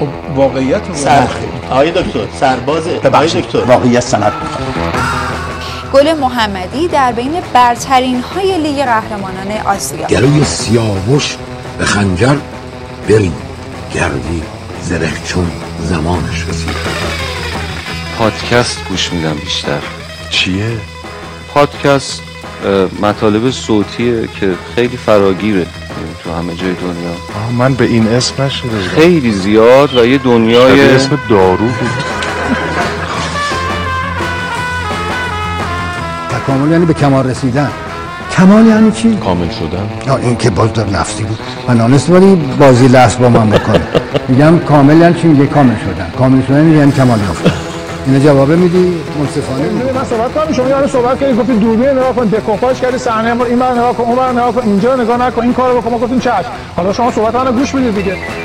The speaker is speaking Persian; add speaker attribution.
Speaker 1: خب واقعیت رو
Speaker 2: سر... آقای دکتر سرباز آقای
Speaker 3: ببخشید
Speaker 2: دکتر
Speaker 3: واقعیت سند می‌خواد.
Speaker 4: گل محمدی در بین برترین های لیگ قهرمانان آسیا
Speaker 5: گلوی سیاوش به خنجر بریم گردی زره چون زمانش رسید
Speaker 6: پادکست گوش میدم بیشتر
Speaker 5: چیه؟
Speaker 6: پادکست اه، مطالب صوتیه که خیلی فراگیره تو همه جای دنیا
Speaker 7: آه، من به این اسم نشده خب،
Speaker 6: خیلی زیاد و یه
Speaker 7: به
Speaker 6: دنیای
Speaker 7: اسم دارو بود
Speaker 8: تکامل یعنی به کمال رسیدن کمال یعنی چی؟
Speaker 7: کامل شدن
Speaker 8: آه، این که باز داره لفظی بود من آنست ولی بازی لفظ با من بکنه میگم کامل یعنی چی میگه کامل شدن کامل شدن یعنی کمال یافتن اینو جوابه میدی منصفانه میدی
Speaker 9: من صحبت کنم شما یارو صحبت کردی گفتی دوربین نگاه کن دکوپاژ کردی صحنه ما رو این بر نگاه کن اون بر نگاه کن اینجا نگاه نکن این کارو بکن ما گفتیم چش حالا شما صحبت منو گوش بدید دیگه